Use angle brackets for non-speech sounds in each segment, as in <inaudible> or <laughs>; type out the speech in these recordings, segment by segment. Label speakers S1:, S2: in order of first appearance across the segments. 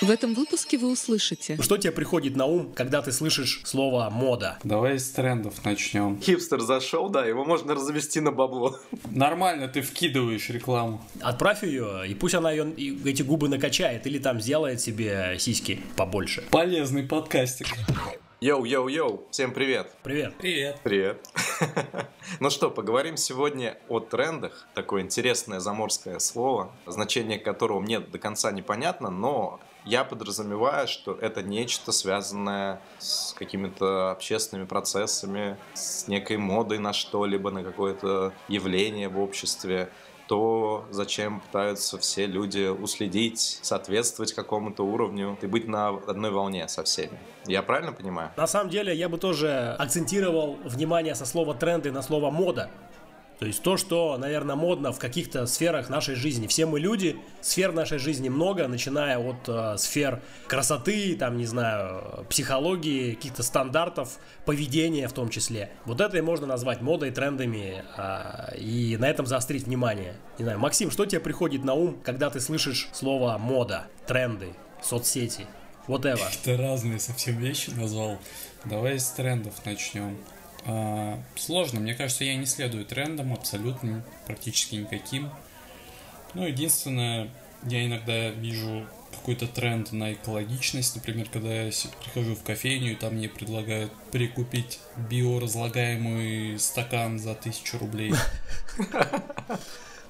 S1: В этом выпуске вы услышите.
S2: Ну, Что тебе приходит на ум, когда ты слышишь слово мода?
S3: Давай с трендов начнем.
S4: Хипстер зашел, да, его можно развести на бабло.
S3: Нормально, ты вкидываешь рекламу.
S2: Отправь ее, и пусть она ее, и эти губы накачает, или там сделает себе сиськи побольше.
S3: Полезный подкастик.
S4: Йоу-йоу-йоу, всем привет.
S2: Привет.
S3: Привет.
S4: Привет. <laughs> ну что, поговорим сегодня о трендах. Такое интересное заморское слово, значение которого мне до конца непонятно, но я подразумеваю, что это нечто связанное с какими-то общественными процессами, с некой модой на что-либо, на какое-то явление в обществе то, зачем пытаются все люди уследить, соответствовать какому-то уровню и быть на одной волне со всеми. Я правильно понимаю?
S2: На самом деле, я бы тоже акцентировал внимание со слова тренды на слово мода. То есть то, что, наверное, модно в каких-то сферах нашей жизни. Все мы люди, сфер нашей жизни много, начиная от э, сфер красоты, там, не знаю, психологии, каких-то стандартов, поведения в том числе. Вот это и можно назвать модой, трендами, э, и на этом заострить внимание. Не знаю, Максим, что тебе приходит на ум, когда ты слышишь слово мода, тренды, соцсети, whatever?
S3: Ты разные совсем вещи назвал. Давай с трендов начнем. А, сложно. Мне кажется, я не следую трендам абсолютно, практически никаким. Ну, единственное, я иногда вижу какой-то тренд на экологичность. Например, когда я прихожу в кофейню, и там мне предлагают прикупить биоразлагаемый стакан за тысячу рублей.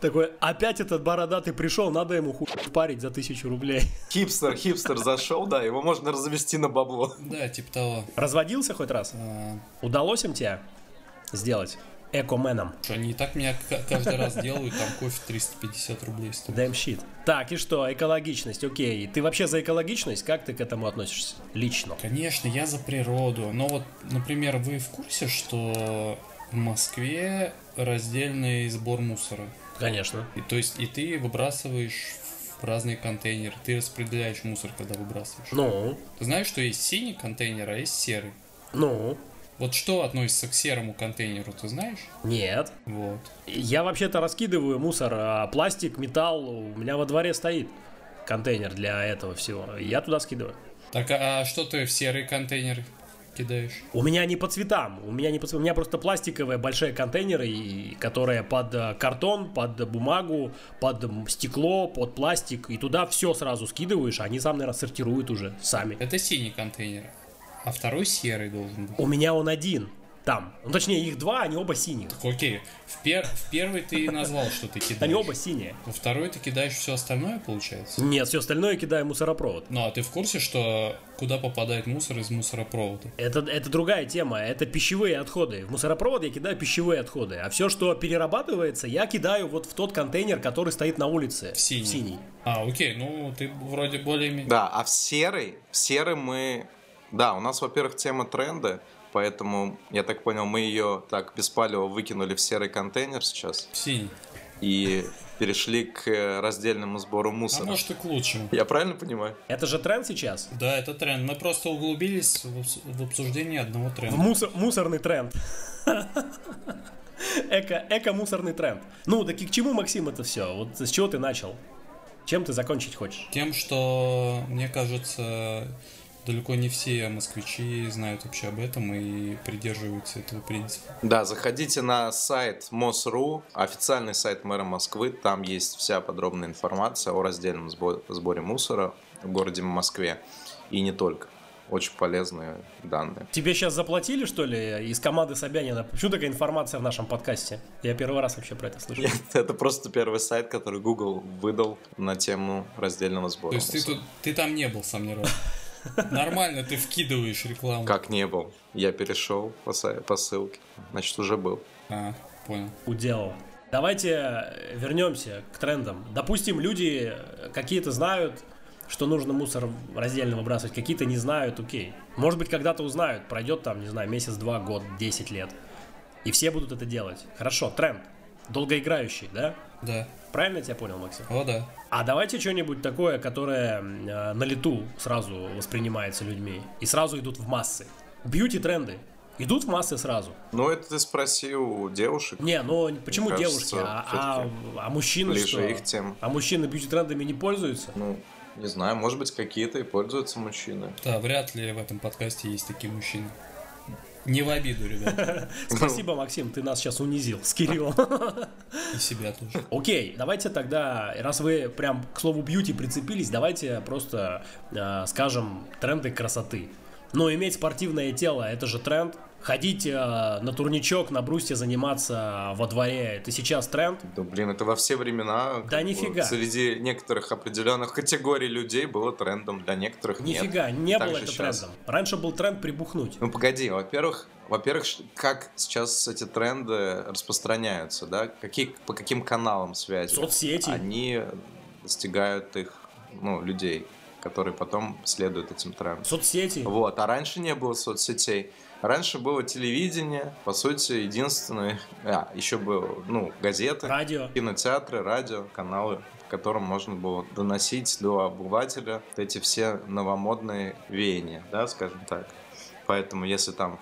S2: Такой, опять этот бородатый пришел, надо ему хуй парить за тысячу рублей. <laughs>
S4: Хипстер, хипстер зашел, да, его можно развести на бабло.
S3: Да, типа того.
S2: Разводился хоть раз?
S3: А,
S2: Удалось им тебя сделать? Экоменом.
S3: что, Они и так меня к- каждый раз делают, там кофе 350 рублей стоит.
S2: Damn shit. Так, и что, экологичность, окей. Ты вообще за экологичность? Как ты к этому относишься? Лично.
S3: Конечно, я за природу. Но вот, например, вы в курсе, что в Москве раздельный сбор мусора?
S2: Конечно.
S3: И, то есть и ты выбрасываешь в разные контейнеры, ты распределяешь мусор, когда выбрасываешь.
S2: Ну,
S3: Ты знаешь, что есть синий контейнер, а есть серый.
S2: ну,
S3: Вот что относится к серому контейнеру, ты знаешь?
S2: нет.
S3: Вот.
S2: Я вообще-то раскидываю мусор, а пластик, металл у меня во дворе стоит. Контейнер для этого всего. Я туда скидываю.
S3: Так, а а что ты в серый контейнер кидаешь?
S2: У меня не по цветам, у меня не по цветам, у меня просто пластиковые большие контейнеры, и- которые под э, картон, под бумагу, под м, стекло, под пластик, и туда все сразу скидываешь, а они сам, наверное, сортируют уже сами.
S3: Это синий контейнер. А второй серый должен быть.
S2: У меня он один там. Ну, точнее, их два, они оба синие.
S3: Так, Окей, в, пер- в первый ты назвал, что ты
S2: Они
S3: кидаешь.
S2: оба синие.
S3: Во второй ты кидаешь все остальное, получается?
S2: Нет, все остальное кидаю в мусоропровод.
S3: Ну а ты в курсе, что куда попадает мусор из мусоропровода?
S2: Это, это другая тема, это пищевые отходы. В мусоропровод я кидаю пищевые отходы, а все, что перерабатывается, я кидаю вот в тот контейнер, который стоит на улице.
S3: В синий.
S2: В синий.
S3: А, окей, ну ты вроде более...
S4: Да, а в серый, в серый мы... Да, у нас, во-первых, тема тренда, поэтому, я так понял, мы ее так без палева выкинули в серый контейнер сейчас
S3: Синий.
S4: и перешли к э, раздельному сбору
S3: А
S4: мусора.
S3: может и к лучшему.
S4: Я правильно понимаю?
S2: Это же тренд сейчас?
S3: Да, это тренд. Мы просто углубились в обс- в обсуждение одного
S2: В
S3: тренда.
S2: мусор- мусорный тренд. Эко, эко-мусорный тренд. Ну, так и к чему, Максим, это все? Вот с чего ты начал? Чем ты закончить хочешь?
S3: Тем, что, мне кажется, далеко не все москвичи знают вообще об этом и придерживаются этого принципа.
S4: Да, заходите на сайт МОСРУ, официальный сайт мэра Москвы. Там есть вся подробная информация о раздельном сбо- сборе мусора в городе Москве. И не только. Очень полезные данные.
S2: Тебе сейчас заплатили, что ли, из команды Собянина? Почему такая информация в нашем подкасте? Я первый раз вообще про это слышу.
S4: <laughs> Это просто первый сайт, который Google выдал на тему раздельного сбора.
S3: То есть ты
S4: мусора.
S3: тут, ты там не был сам ни разу. Нормально, ты вкидываешь рекламу.
S4: Как не был. Я перешел по, сай- по ссылке. Значит, уже был.
S3: А, понял.
S2: Уделал. Давайте э, вернемся к трендам. Допустим, люди э, какие-то знают, что нужно мусор раздельно выбрасывать, какие-то не знают, окей. Может быть, когда-то узнают, пройдет там, не знаю, месяц, два, год, 10 лет. И все будут это делать. Хорошо, тренд. Долгоиграющий, да?
S3: Да.
S2: Правильно я тебя понял, Максим?
S3: О, да.
S2: А давайте что-нибудь такое, которое м, э, на лету сразу воспринимается людьми. И сразу идут в массы. Бьюти-тренды. Идут в массы сразу.
S4: Ну, это ты спроси у девушек.
S2: Не, ну почему
S4: Мне
S2: девушки?
S4: кажется,
S2: А, а- а мужчины
S4: ближе
S2: что?
S4: их тем.
S2: А мужчины бьюти-трендами не пользуются?
S4: Ну, Не знаю, может быть, какие-то и пользуются мужчины.
S3: Да, вряд ли в этом подкасте есть такие мужчины. Не в обиду, ребят.
S2: Спасибо, Максим, ты нас сейчас унизил с Кириллом. <laughs>
S3: И себя тоже.
S2: Окей, давайте тогда, раз вы прям к слову бьюти прицепились, давайте просто э, скажем тренды красоты. Но иметь спортивное тело – это же тренд. Ходить э, на турничок, на брусья заниматься во дворе – это сейчас тренд.
S4: Да блин, это во все времена. как
S2: Да
S4: бы,
S2: нифига.
S4: Среди некоторых определенных категорий людей было трендом, для некоторых нет.
S2: Нифига, не
S4: Так
S2: было
S4: же
S2: это
S4: щас.
S2: трендом. Раньше был тренд прибухнуть.
S4: Ну погоди, во-первых, во-первых, ш- как сейчас эти тренды распространяются, да? Какие, по каким каналам связи?
S2: Соцсети.
S4: Они достигают их, ну, людей, которые потом следуют этим трендам.
S2: Соцсети.
S4: Вот, а раньше не было соцсетей. Раньше было телевидение, по сути, единственное, а, еще было, ну, газеты,
S2: Радио.
S4: кинотеатры, радио, каналы, которым можно было доносить до обывателя вот эти все новомодные веяния, да, скажем так. Поэтому если там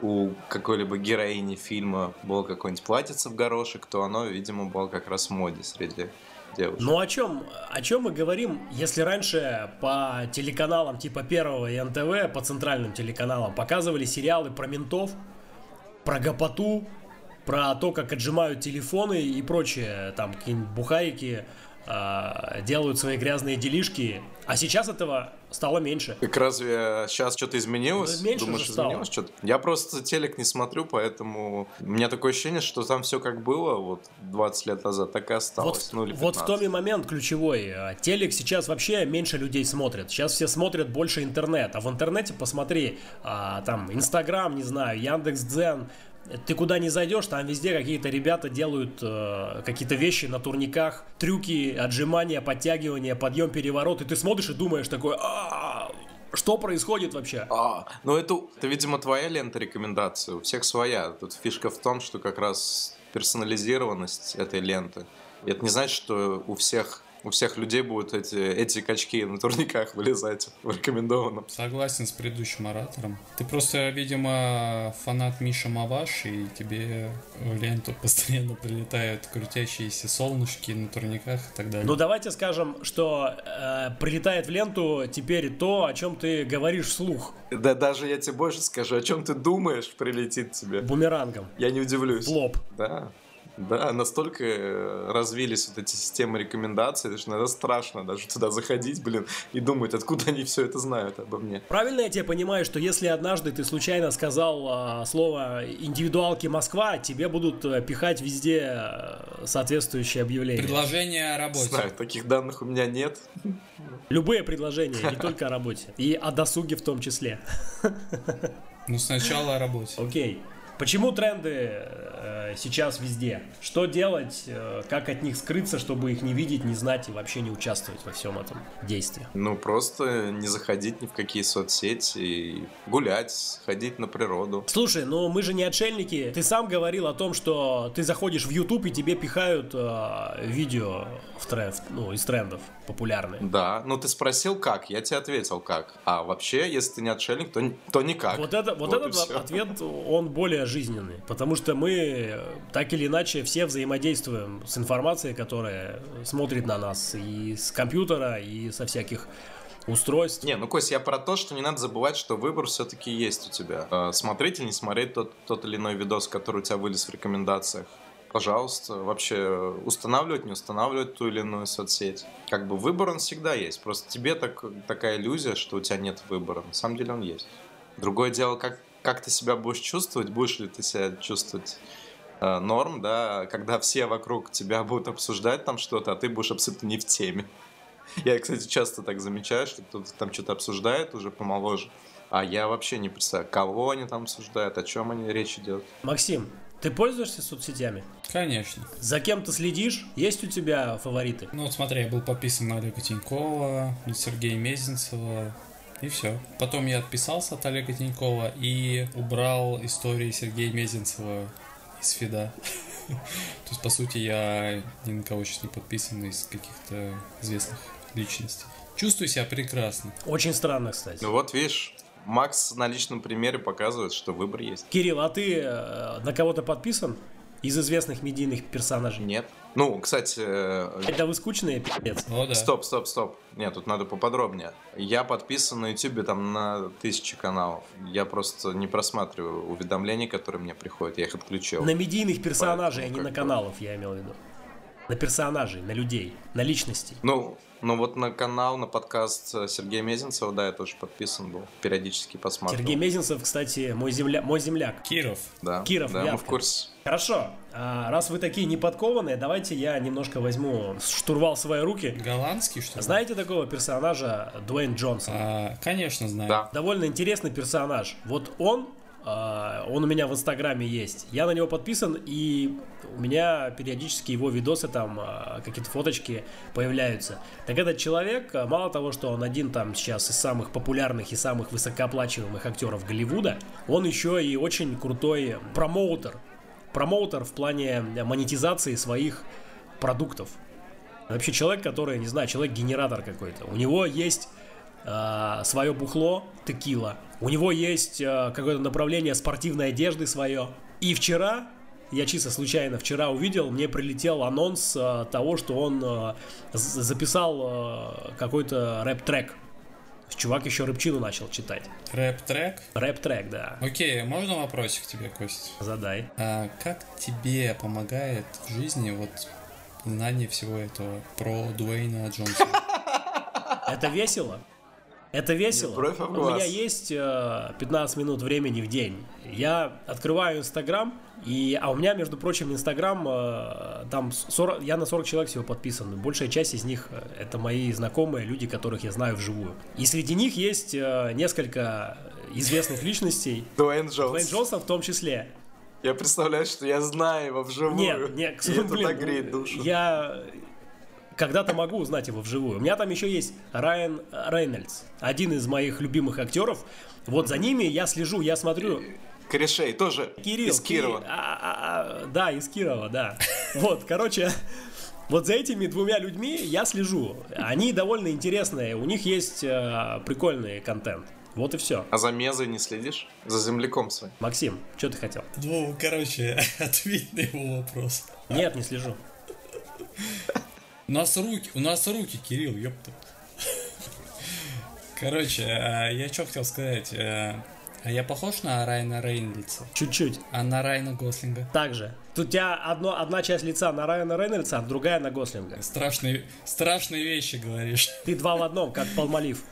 S4: у какой-либо героини фильма было какое-нибудь платьице в горошек, то оно, видимо, было как раз в моде среди девушек.
S2: Ну о чем, о чем мы говорим, если раньше по телеканалам типа Первого и НТВ, по центральным телеканалам показывали сериалы про ментов, про гопоту, про то, как отжимают телефоны и прочее, там какие-нибудь бухарики а, делают свои грязные делишки, а сейчас этого стало меньше.
S4: Как разве сейчас что-то изменилось?
S2: Да Ну, меньше
S4: Думаешь,
S2: же стало.
S4: изменилось что-то? Я просто телек не смотрю, поэтому у меня такое ощущение, что там все как было вот 20 лет назад, так и осталось.
S2: Вот,
S4: ну, или
S2: вот в
S4: 15.
S2: том и момент ключевой. А, Телек сейчас вообще меньше людей смотрит. Сейчас все смотрят больше интернет. А в интернете посмотри, а, там, Инстаграм, не знаю, Яндекс Дзен. Ты куда не зайдешь, там везде какие-то ребята делают э, какие-то вещи на турниках, трюки, отжимания, подтягивания, подъем, переворот. И ты смотришь и думаешь такой, «А, что происходит вообще?
S4: А, ну это, это, видимо, твоя лента рекомендаций, у всех своя. Тут фишка в том, что как раз персонализированность этой ленты. И это не значит, что у всех у всех людей будут эти, эти качки на турниках вылезать в рекомендованном.
S3: Согласен с предыдущим оратором. Ты просто, видимо, фанат Миша Маваш, и тебе в ленту постоянно прилетают крутящиеся солнышки на турниках и так далее.
S2: Ну давайте скажем, что э, прилетает в ленту теперь то, о чем ты говоришь вслух
S4: Да даже я тебе больше скажу, о чем ты думаешь, прилетит тебе.
S2: бумерангом.
S4: Я не удивлюсь.
S2: в лоб.
S4: Да, да, настолько э, развились вот эти системы рекомендаций, что иногда страшно даже туда заходить, блин, и думать, откуда они все это знают обо мне.
S2: Правильно я тебя понимаю, что если однажды ты случайно сказал а, слово индивидуалки Москва, тебе будут э, пихать везде э, соответствующие объявления.
S3: Предложение о работе.
S4: Знаю, таких данных у меня нет.
S2: Любые предложения, не только о работе. И о досуге в том числе.
S3: Ну, сначала о работе.
S2: Окей. Почему тренды э, сейчас везде? Что делать, э, как от них скрыться, чтобы их не видеть, не знать и вообще не участвовать во всем этом действии?
S4: Ну, просто не заходить ни в какие соцсети, и гулять, ходить на природу.
S2: Слушай, ну мы же не отшельники. Ты сам говорил о том, что ты заходишь в YouTube и тебе пихают э, видео в тренд, ну, из трендов популярные.
S4: Да, ну ты спросил как, я тебе ответил как. А вообще, если ты не отшельник, то, то никак.
S2: Вот, это, вот,
S4: Вот и
S2: этот
S4: всё.
S2: ответ, он более жизненный, потому что мы э, так или иначе все взаимодействуем с информацией, которая смотрит на нас и с компьютера, и со всяких устройств.
S4: Не, ну Кость, я про то, что не надо забывать, что выбор все-таки есть у тебя. Э, Смотреть или не смотреть тот, тот или иной видос, который у тебя вылез в рекомендациях. Пожалуйста, вообще э, устанавливать, не устанавливать ту или иную соцсеть. Как бы выбор он всегда есть. Просто тебе так, такая иллюзия, что у тебя нет выбора. На самом деле он есть. Другое дело, как, как ты себя будешь чувствовать, будешь ли ты себя чувствовать э, норм, да, когда все вокруг тебя будут обсуждать там что-то, а ты будешь абсолютно не в теме. Я, кстати, часто так замечаю, что кто-то там что-то обсуждает уже помоложе, а я вообще не представляю, кого они там обсуждают, о чем они речь идет.
S2: Максим, ты пользуешься соцсетями?
S3: Конечно.
S2: За кем ты следишь? Есть у тебя фавориты?
S3: Ну вот смотри, я был подписан на Олега Тинькова, на Сергея Мезенцева, и все. Потом я отписался от Олега Тинькова и убрал истории Сергея Мезенцева из фида. <laughs> То есть, по сути, я ни на кого сейчас не подписан из каких-то известных личностей. Чувствую себя прекрасно.
S2: Очень странно, кстати.
S4: Ну вот видишь, Макс на личном примере показывает, что выбор есть.
S2: Кирилл, а ты э, на кого-то подписан? Из известных медийных персонажей.
S4: Нет. Ну, кстати, э,
S2: Да вы скучные, пи***ц.
S3: О, да.
S4: Стоп, стоп, стоп. Нет, тут надо поподробнее. Я подписан на YouTube там на тысячи каналов. Я просто не просматриваю уведомления, которые мне приходят. Я их отключил.
S2: На медийных персонажей, а не
S4: как
S2: на
S4: бы.
S2: каналов, я имел в виду. На персонажей, на людей, на личностей.
S4: Ну, ну вот на канал, на подкаст э, Сергея Мезенцева, да, я тоже подписан был. Периодически посматривал.
S2: Сергей Мезенцев, кстати, мой, земля... мой земляк.
S3: Киров.
S4: Да,
S2: Киров,
S4: да, мы в
S2: Явка.
S4: курсе.
S2: Хорошо, а раз вы такие неподкованные, давайте я немножко возьму штурвал в свои руки.
S3: Голландский, что ли?
S2: Знаете такого персонажа Дуэйн Джонсон?
S3: А, конечно, знаю.
S4: Да.
S2: Довольно интересный персонаж. Вот он, а, он у меня в Инстаграме есть. Я на него подписан, и у меня периодически его видосы там, а, какие-то фоточки появляются. Так этот человек, а, мало того, что он один там сейчас из самых популярных и самых высокооплачиваемых актеров Голливуда, он еще и очень крутой промоутер. Промоутер в плане монетизации своих продуктов. Вообще человек, который, не знаю, человек-генератор какой-то. У него есть свое бухло, текила. У него есть э, какое-то направление спортивной одежды свое. И вчера, я чисто случайно вчера увидел, мне прилетел анонс э, того, что он э, з- записал э, какой-то рэп-трек. Чувак еще рэпчину начал читать.
S3: Рэп-трек.
S2: Рэп-трек, да.
S3: Окей, можно вопросик тебе, Кость?
S2: Задай.
S3: А как тебе помогает в жизни вот знание всего этого про Дуэйна Джонсона?
S2: Это весело. Это весело.
S4: бровь об
S2: У
S4: глаз.
S2: меня есть э, 15 минут времени в день. Я открываю Инстаграм, и, а у меня, между прочим, Инстаграм, э, там 40, я на 40 человек всего подписан. Большая часть из них э, это мои знакомые, люди, которых я знаю вживую. И среди них есть э, несколько известных личностей.
S4: Дуэйн Джонс.
S2: Дуэйн Джонсон в том числе.
S4: Я представляю, что я знаю его вживую.
S2: Нет, нет, к
S4: И
S2: сожалению,
S4: это
S2: блин,
S4: так греет душу.
S2: Я когда-то могу узнать его вживую. У меня там еще есть Райан Рейнольдс, один из моих любимых актеров. Вот за ними я слежу, я смотрю.
S4: Корешей тоже
S2: Кирилл.
S4: Э, из Кирова.
S2: Кири- а, а, а, да, из Кирова, да. <laughs> Вот, короче, вот за этими двумя людьми я слежу. Они довольно интересные, у них есть э, прикольный контент. Вот и все.
S4: А за Мезой не следишь? За земляком своим?
S2: Максим, что ты хотел?
S3: <laughs> Ну, короче, <laughs> ответь на его вопрос.
S2: Нет, не слежу.
S3: У нас руки, у нас руки, Кирилл, ёпта. <laughs> Короче, а, я что хотел сказать? э, А я похож на Райна Рейнольдса?
S2: Чуть-чуть.
S3: А на Райна Гослинга?
S2: Также. Тут у тебя одно, одна часть лица на Райана Рейнольдса, а другая на Гослинга.
S3: Страшные, страшные вещи говоришь.
S2: Ты два в одном, как Палмалив.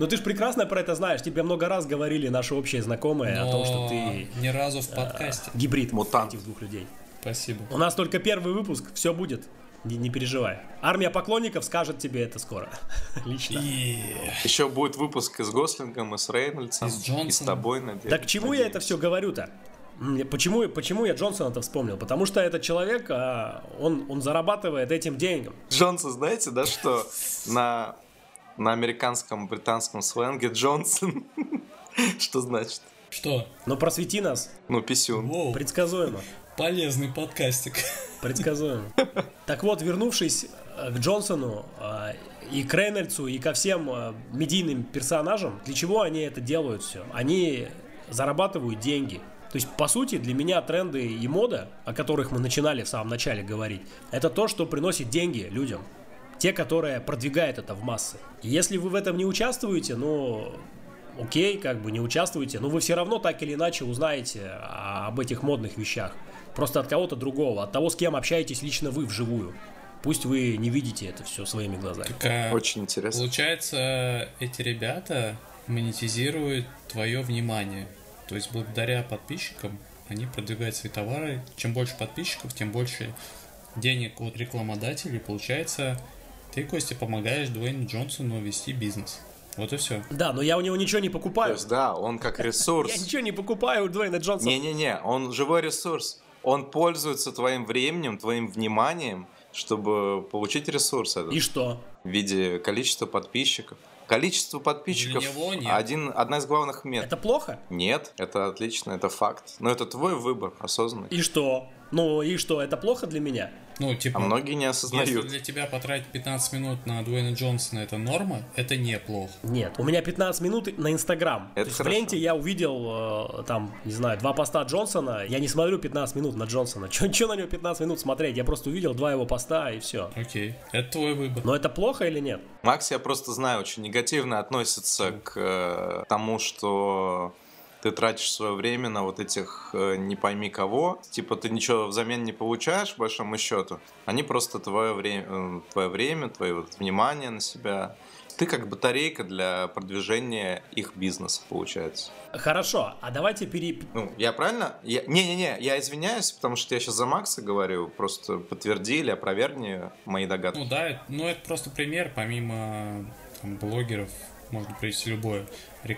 S2: Ну ты же прекрасно про это знаешь. Тебе много раз говорили наши общие знакомые о том, что
S3: Но
S2: ты
S3: Ни разу в подкасте.
S2: гибрид
S4: Мутант.
S2: этих двух людей.
S3: Спасибо.
S2: У нас только первый выпуск, все будет. Не, не переживай. Армия поклонников скажет тебе это скоро. <laughs> Лично.
S3: И...
S4: Еще будет выпуск и с Гослингом, и с Рейнольдсом,
S3: И с Джонсоном.
S4: и с тобой, надеюсь.
S2: Да к чему я это все говорю-то? М, Почему, почему я Джонсона-то вспомнил? Потому что этот человек, а, он, он зарабатывает этим деньгом.
S4: Джонсон, знаете, да, что на, на американском британском сленге Джонсон, <laughs> что значит?
S3: Что?
S2: Но просвети нас,
S4: Ну, писюн.
S3: Воу,
S2: предсказуемо.
S3: полезный подкастик.
S2: Предсказуемо. Так вот, вернувшись э, к Джонсону э, и к Рейнольдсу, и ко всем э, медийным персонажам, для чего они это делают все? Они зарабатывают деньги. То есть, по сути, для меня тренды и мода, о которых мы начинали в самом начале говорить, это то, что приносит деньги людям. Те, которые продвигают это в массы. И если вы в этом не участвуете, ну, окей, как бы не участвуете, но вы все равно так или иначе узнаете а, об этих модных вещах. Просто от кого-то другого, от того, с кем общаетесь лично вы вживую. Пусть вы не видите это все своими глазами.
S3: Так, а,
S4: Очень интересно.
S3: Получается, эти ребята монетизируют твое внимание. То есть благодаря подписчикам они продвигают свои товары. Чем больше подписчиков, тем больше денег от рекламодателей. Получается, ты, Костя, помогаешь Дуэйну Джонсону вести бизнес. Вот и все.
S2: Да, но я у него ничего не
S4: То
S2: покупаю.
S4: есть, да, он как
S2: Я
S4: ресурс.
S2: ничего не покупаю у Дуэйна Джонсона.
S4: Не-не-не, он живой ресурс. Он пользуется твоим временем, твоим вниманием, чтобы получить ресурс этот
S2: И что?
S4: в виде количества подписчиков. Количество подписчиков
S3: него нет.
S4: один, одна из главных мет.
S2: Это плохо?
S4: Нет, это отлично, это факт. Но это твой выбор осознанный.
S2: И что? Ну и что, это плохо для меня?
S3: Ну, типа,
S4: А многие не
S3: если
S4: осознают.
S3: для тебя потратить 15 минут на Дуэйна Джонсона это норма, это неплохо.
S2: Нет, у меня 15 минут на Инстаграм.
S4: Это
S2: То есть
S4: хорошо.
S2: в ленте я увидел э, там, не знаю, два поста Джонсона. Я не смотрю 15 минут на Джонсона. <laughs> Че на него 15 минут смотреть? Я просто увидел два его поста и все.
S3: Окей, это твой выбор.
S2: Но это плохо или нет?
S4: Макс, я просто знаю, очень негативно относится к э, тому, что ты тратишь свое время на вот этих э, не пойми кого. Типа ты ничего взамен не получаешь, по большому счету. Они просто твое время, твое время, твое вот внимание на себя. Ты как батарейка для продвижения их бизнеса, получается.
S2: Хорошо, а давайте пере...
S4: Ну, я правильно? Я- Не-не-не, я извиняюсь, потому что я сейчас за Макса говорю. Просто подтверди или опровергни мои догадки.
S3: Ну да, это- ну это просто пример, помимо там, блогеров, можно привести любое.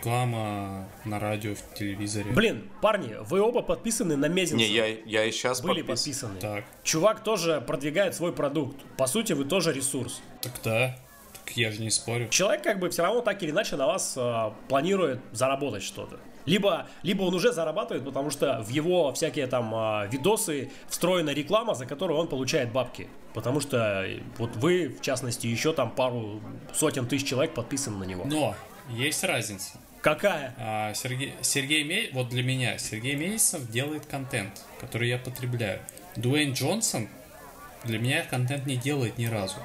S3: Реклама на радио, в телевизоре.
S2: Блин, парни, вы оба подписаны на Мезенца.
S4: Не, я, я и сейчас
S2: Были
S4: подписан.
S2: подписаны.
S3: Так,
S2: Чувак тоже продвигает свой продукт. По сути, вы тоже ресурс.
S3: так да. Так я же не спорю.
S2: Человек как бы все равно так или иначе на вас э, планирует заработать что-то. Либо, либо он уже зарабатывает, потому что в его всякие там э, видосы встроена реклама, за которую он получает бабки. Потому что э, вот вы, в частности, еще там пару сотен тысяч человек подписаны на него.
S3: Но есть разница.
S2: Какая?
S3: А, Сергей, Сергей Мей, вот для меня, Сергей Мельцев делает контент, который я потребляю. Дуэйн Джонсон для меня контент не делает ни разу.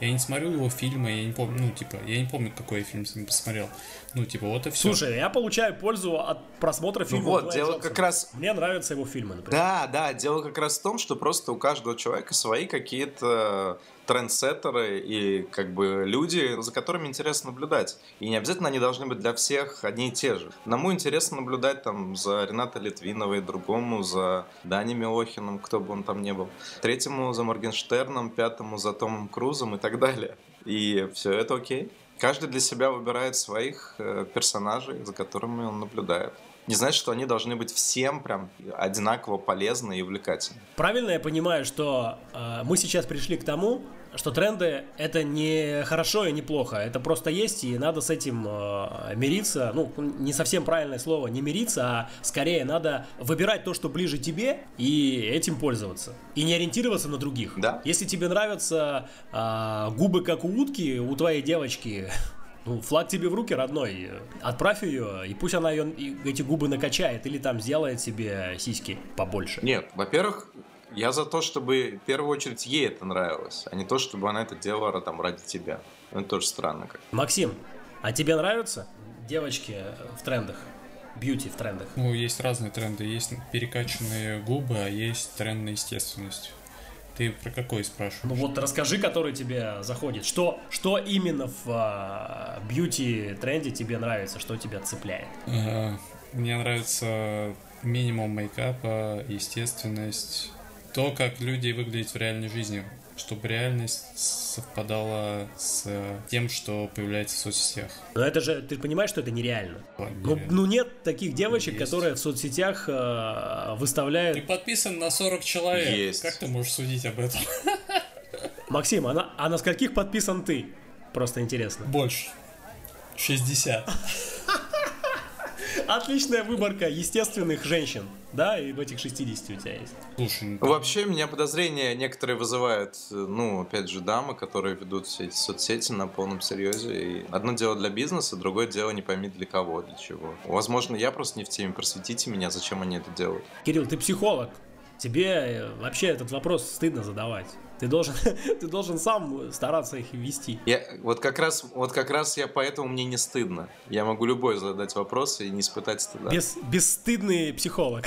S3: Я не смотрю его фильмы, я не помню, ну, типа, я не помню, какой я фильм с ним посмотрел. Ну, типа, вот и все.
S2: Слушай, я получаю пользу от просмотра фильма.
S4: Ну вот,
S2: Дуэйна
S4: дело
S2: Джонсона.
S4: как раз-
S2: Мне нравятся его фильмы, например.
S4: Да, да, дело как раз в том, что просто у каждого человека свои какие-то трендсеттеры и как бы люди, за которыми интересно наблюдать. И не обязательно они должны быть для всех одни и те же. Одному интересно наблюдать там за Ренатой Литвиновой, другому за Дани Милохиным, кто бы он там ни был, третьему за Моргенштерном, пятому за Томом Крузом и так далее. И все это окей. Каждый для себя выбирает своих э, персонажей, за которыми он наблюдает. Не значит, что они должны быть всем прям одинаково полезны и увлекательны.
S2: Правильно я понимаю, что э, мы сейчас пришли к тому, что тренды это не хорошо и не плохо, это просто есть и надо с этим э, мириться. Ну, не совсем правильное слово, не мириться, а скорее надо выбирать то, что ближе тебе и этим пользоваться и не ориентироваться на других.
S4: Да.
S2: Если тебе нравятся э, губы как у утки у твоей девочки. Ну, флаг тебе в руки, родной. Отправь ее, и пусть она ее, и эти губы накачает, или там сделает себе сиськи побольше.
S4: Нет, во-первых, я за то, чтобы в первую очередь ей это нравилось, а не то, чтобы она это делала там ради тебя. Ну, Это тоже странно как.
S2: Максим, а тебе нравятся девочки в трендах? Бьюти в трендах.
S3: Ну, есть разные тренды. Есть перекачанные губы, а есть тренд на естественность. Ты про какой спрашиваешь?
S2: Ну вот расскажи, который тебе заходит. Что, что именно в а, бьюти-тренде тебе нравится, что тебя цепляет?
S3: Э, Мне нравится минимум мейкапа, естественность, то, как люди выглядят в реальной жизни, чтобы реальность совпадала с э, тем, что появляется в соцсетях.
S2: Но это же, ты понимаешь, что это нереально. Ну,
S3: Нереально.
S2: ну нет таких девочек,
S3: Есть.
S2: которые в соцсетях а,
S3: Ты
S2: выставляют...
S3: подписан на 40 человек.
S4: Есть.
S3: Как ты можешь судить об этом? <laughs>
S2: Максим, а на, а на скольких подписан ты? Просто интересно.
S3: Больше. 60.
S2: Отличная выборка естественных женщин, да, и в этих 60 у тебя есть.
S3: Слушай, ну,
S4: Вообще, меня подозрения некоторые вызывают, э, ну, опять же, дамы, которые ведут все эти соцсети на полном серьезе. И одно дело для бизнеса, другое дело не пойми для кого, для чего. Возможно, я просто не в теме, просветите меня, зачем они это делают.
S2: Кирилл, ты психолог. Тебе э, вообще этот вопрос стыдно задавать. Ты должен, <laughs> ты должен сам стараться их вести.
S4: Я, вот, как раз, вот как раз я поэтому мне не стыдно. Я могу любой задать вопрос и не испытать стыда.
S2: Бес- бесстыдный психолог.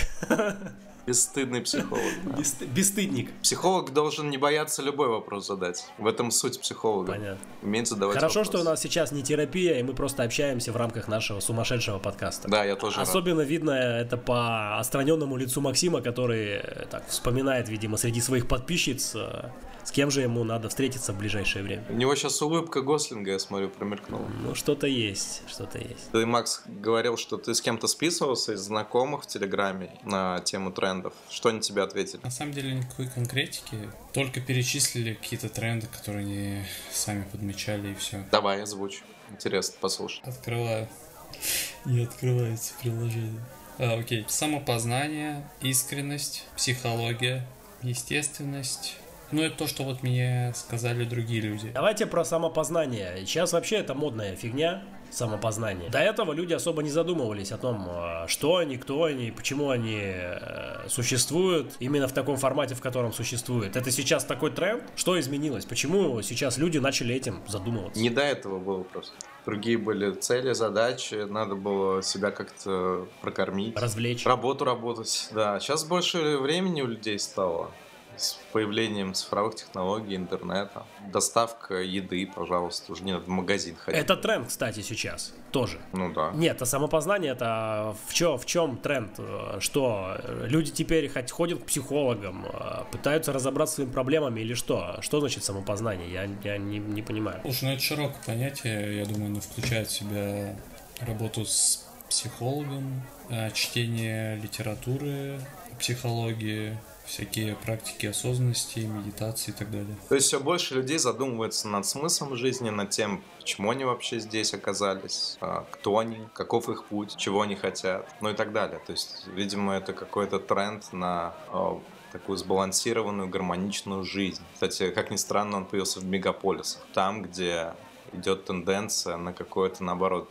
S2: <laughs>
S4: Бесстыдный психолог. да.
S2: Бесст- бесстыдник.
S4: Психолог должен не бояться любой вопрос задать. В этом суть психолога.
S2: Понятно.
S4: Уметь задавать
S2: Хорошо,
S4: вопросы.
S2: что у нас сейчас не терапия, и мы просто общаемся в рамках нашего сумасшедшего подкаста.
S4: Да, я тоже рад.
S2: Особенно видно это по отстраненному лицу Максима, который э, так вспоминает, видимо, среди своих подписчиц, э, с кем же ему надо встретиться в ближайшее время.
S4: У него сейчас улыбка Гослинга, я смотрю, промелькнула.
S2: Ну, что-то есть, что-то есть.
S4: Ты, Макс, говорил, что ты с кем-то списывался из знакомых в Телеграме на тему трендов. Что они тебе ответили?
S3: На самом деле никакой конкретики, только перечислили какие-то тренды, которые они сами подмечали и все.
S4: Давай,
S3: <laughs>
S4: озвучь. Интересно, послушай.
S3: Открываю. Не открывается приложение. А, окей. Самопознание, искренность, психология, естественность. Ну, это то, что вот мне сказали другие люди.
S2: Давайте про самопознание. Сейчас вообще это модная фигня самопознание. До этого люди особо не задумывались о том, э, что они, кто они, почему они э, существуют именно в таком формате, в котором существуют. Это сейчас такой тренд. Что изменилось? Почему сейчас люди начали этим задумываться?
S4: Не до этого было просто. Другие были цели, задачи, надо было себя как-то прокормить,
S2: Развлечь.
S4: работу работать. Да, сейчас больше времени у людей стало с появлением цифровых технологий, интернета. Доставка еды, пожалуйста, уже не надо в магазин ходить.
S2: Это тренд, кстати, сейчас тоже.
S4: Ну да.
S2: Нет, а самопознание это а, в чем, в чем тренд? Э, Что э, люди теперь хоть ходят к психологам, э, пытаются разобраться с своими проблемами или что? Что значит самопознание? Я, я не, не понимаю.
S3: Слушай, ну это широкое понятие, я думаю, оно включает в себя работу с психологом, э, чтение литературы, психологии, всякие практики осознанности, медитации и так далее.
S4: То есть все больше людей задумывается над смыслом жизни, над тем, почему они вообще здесь оказались, а, кто они, каков их путь, чего они хотят, ну и так далее. То есть, видимо, это какой-то тренд на а, такую сбалансированную, гармоничную жизнь. Кстати, как ни странно, он появился в мегаполисах, там, где идет тенденция на какую-то, наоборот,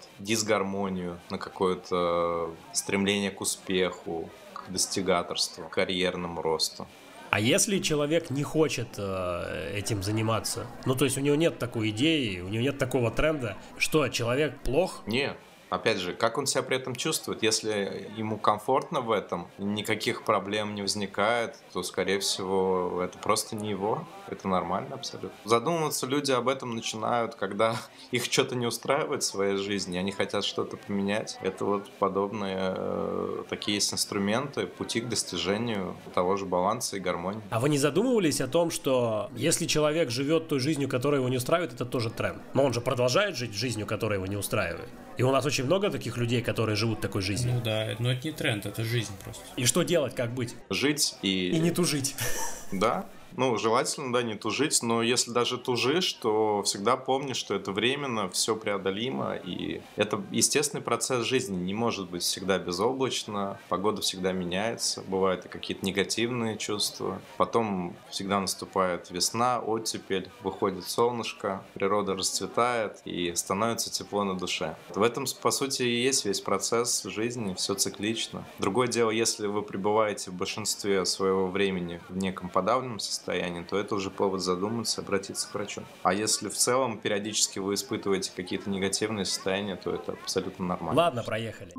S4: дисгармонию, на какое-то э, стремление к успеху, к достигаторству, к карьерному росту.
S2: А если человек не хочет э, этим заниматься, ну то есть у него нет такой идеи, у него нет такого тренда, что человек плох?
S4: Нет. Опять же, как он себя при этом чувствует? Если ему комфортно в этом, никаких проблем не возникает, то, скорее всего, это просто не его. Это нормально абсолютно. Задумываться люди об этом начинают, когда <laughs> их что-то не устраивает в своей жизни, они хотят что-то поменять. Это вот подобные, э, такие есть инструменты, пути к достижению того же баланса и гармонии.
S2: А вы не задумывались о том, что если человек живет той жизнью, которая его не устраивает, это тоже тренд? Но он же продолжает жить жизнью, которая его не устраивает. И у нас очень много таких людей, которые живут такой жизнью.
S3: Ну да, но это не тренд, это жизнь просто.
S2: И что делать, как быть?
S4: Жить и...
S2: И не тужить.
S4: Да. Ну, желательно, да, не тужить, но если даже тужишь, то всегда помни, что это временно, все преодолимо, и это естественный процесс жизни, не может быть всегда безоблачно, погода всегда меняется, бывают и какие-то негативные чувства, потом всегда наступает весна, оттепель, выходит солнышко, природа расцветает и становится тепло на душе. В этом, по сути, и есть весь процесс жизни, все циклично. Другое дело, если вы пребываете в большинстве своего времени в неком подавленном состоянии, то это уже повод задуматься, обратиться к врачу. А если в целом периодически вы испытываете какие-то негативные состояния, то это абсолютно нормально.
S2: Ладно, проехали.